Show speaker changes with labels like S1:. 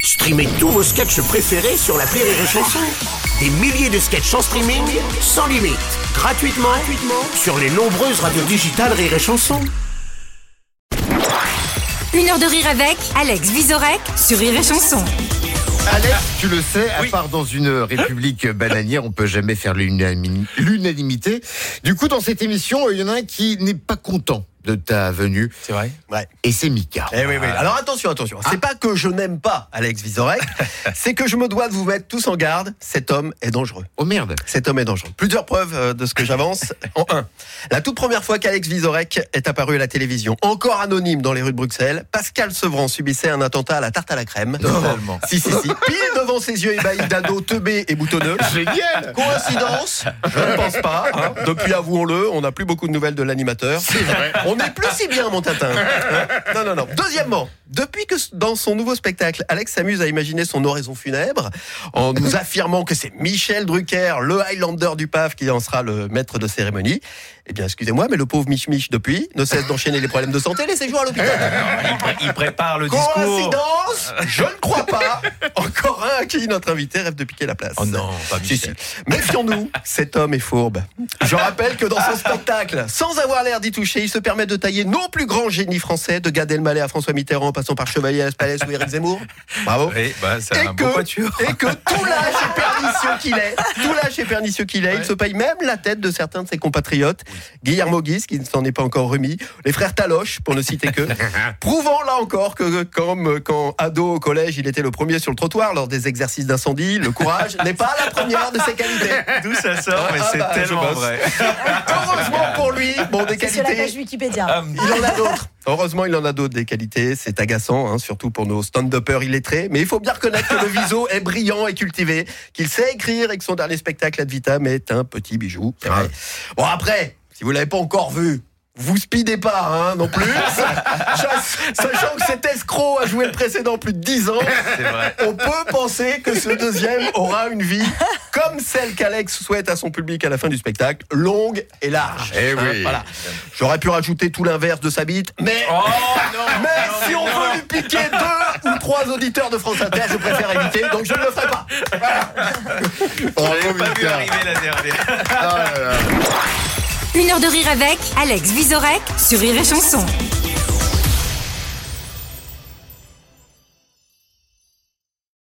S1: Streamez tous vos sketchs préférés sur la Rire et Chanson. Des milliers de sketchs en streaming, sans limite, gratuitement, gratuitement sur les nombreuses radios digitales Rire et Chanson.
S2: Une heure de rire avec Alex Visorek sur Rire et Chanson.
S3: Alex, Ah, tu le sais, à part dans une république
S4: Hein
S3: bananière, on peut jamais faire l'unani- l'unanimité. Du coup, dans cette émission, il y en a un qui n'est pas content de ta venue,
S4: C'est vrai
S5: Ouais.
S3: et c'est Mika.
S5: Eh oui, oui. Alors attention, attention. C'est
S3: Ah.
S5: pas que je n'aime pas Alex Vizorek, c'est que je me dois de vous mettre tous en garde. Cet homme est dangereux.
S3: Oh merde
S5: Cet homme est dangereux. Plusieurs preuves euh, de ce que j'avance. en un, la toute première fois qu'Alex Vizorek est apparu à la télévision, encore anonyme dans les rues de Bruxelles, Pascal Sevran subissait un attentat à la tarte à la crème.
S3: Oh. Totalement.
S5: Si, si, si. Pile devant ses yeux ébahis d'ado, teubé et boutonneux.
S3: Génial
S5: Coïncidence Je ne pense pas. hein. Depuis, avouons-le, on n'a plus beaucoup de nouvelles de l'animateur. On n'est plus si bien, mon tatin. Hein Non, non, non. Deuxièmement, depuis que dans son nouveau spectacle, Alex s'amuse à imaginer son oraison funèbre en nous affirmant que c'est Michel Drucker, le Highlander du PAF, qui en sera le maître de cérémonie, eh bien, excusez-moi, mais le pauvre Mich Mich, depuis, ne cesse d'enchaîner les problèmes de santé et les séjours à l'hôpital.
S4: il, pré- il prépare le discours. Euh.
S5: Coïncidence Je ne crois pas. Encore un à qui notre invité rêve de piquer la place.
S4: Oh non, pas
S5: Si,
S4: Michel.
S5: si. Méfions-nous, cet homme est fourbe. Je rappelle que dans son spectacle, sans avoir l'air d'y toucher, il se permet de tailler nos plus grands génies français, de Gad Elmaleh à François Mitterrand, en passant par Chevalier à Palais ou Éric Zemmour. Bravo.
S4: Oui, bah, c'est
S5: Et
S4: un beau
S5: que,
S4: voiture.
S5: et que tout lâche et pernicieux qu'il est, tout lâche et pernicieux qu'il est, il se paye même la tête de certains de ses compatriotes, Guillermo Guise, qui ne s'en est pas encore remis, les frères Taloche, pour ne citer que, prouvant là encore que comme euh, quand ado au collège, il était le premier sur le trottoir lors des exercices d'incendie, le courage n'est pas la première de ses qualités.
S4: D'où ça sort, mais
S5: Ah
S4: c'est
S5: bah, je
S4: tellement
S5: bosse.
S4: vrai.
S5: Heureusement pour lui, bon, des
S6: C'est sur la page
S5: qualités.
S6: Wikipédia.
S4: Ah,
S5: Il en a d'autres. Heureusement, il en a d'autres des qualités. C'est agaçant, hein, surtout pour nos stand-uppers illettrés. Mais il faut bien reconnaître que le viso est brillant et cultivé, qu'il sait écrire et que son dernier spectacle, Ad Vitam, est un petit bijou. C'est vrai. Bon, après, si vous l'avez pas encore vu, vous speedez pas, hein, non plus. Sach- Sachant que cet escroc a joué le précédent plus de 10 ans, on peut penser que ce deuxième aura une vie comme celle qu'Alex souhaite à son public à la fin du spectacle, longue et large.
S3: Eh
S5: Hein,
S3: oui.
S5: voilà. J'aurais pu rajouter tout l'inverse de sa bite, mais,
S4: Oh non
S5: mais si on veut lui piquer deux ou trois auditeurs de France Inter, je préfère éviter, donc je ne le ferai pas.
S3: Bravo,
S4: J'ai pas vu
S3: Mika.
S4: arriver la dernière.
S3: Ah là là.
S2: Une heure de rire avec Alex Visorek sur Rire et Chanson.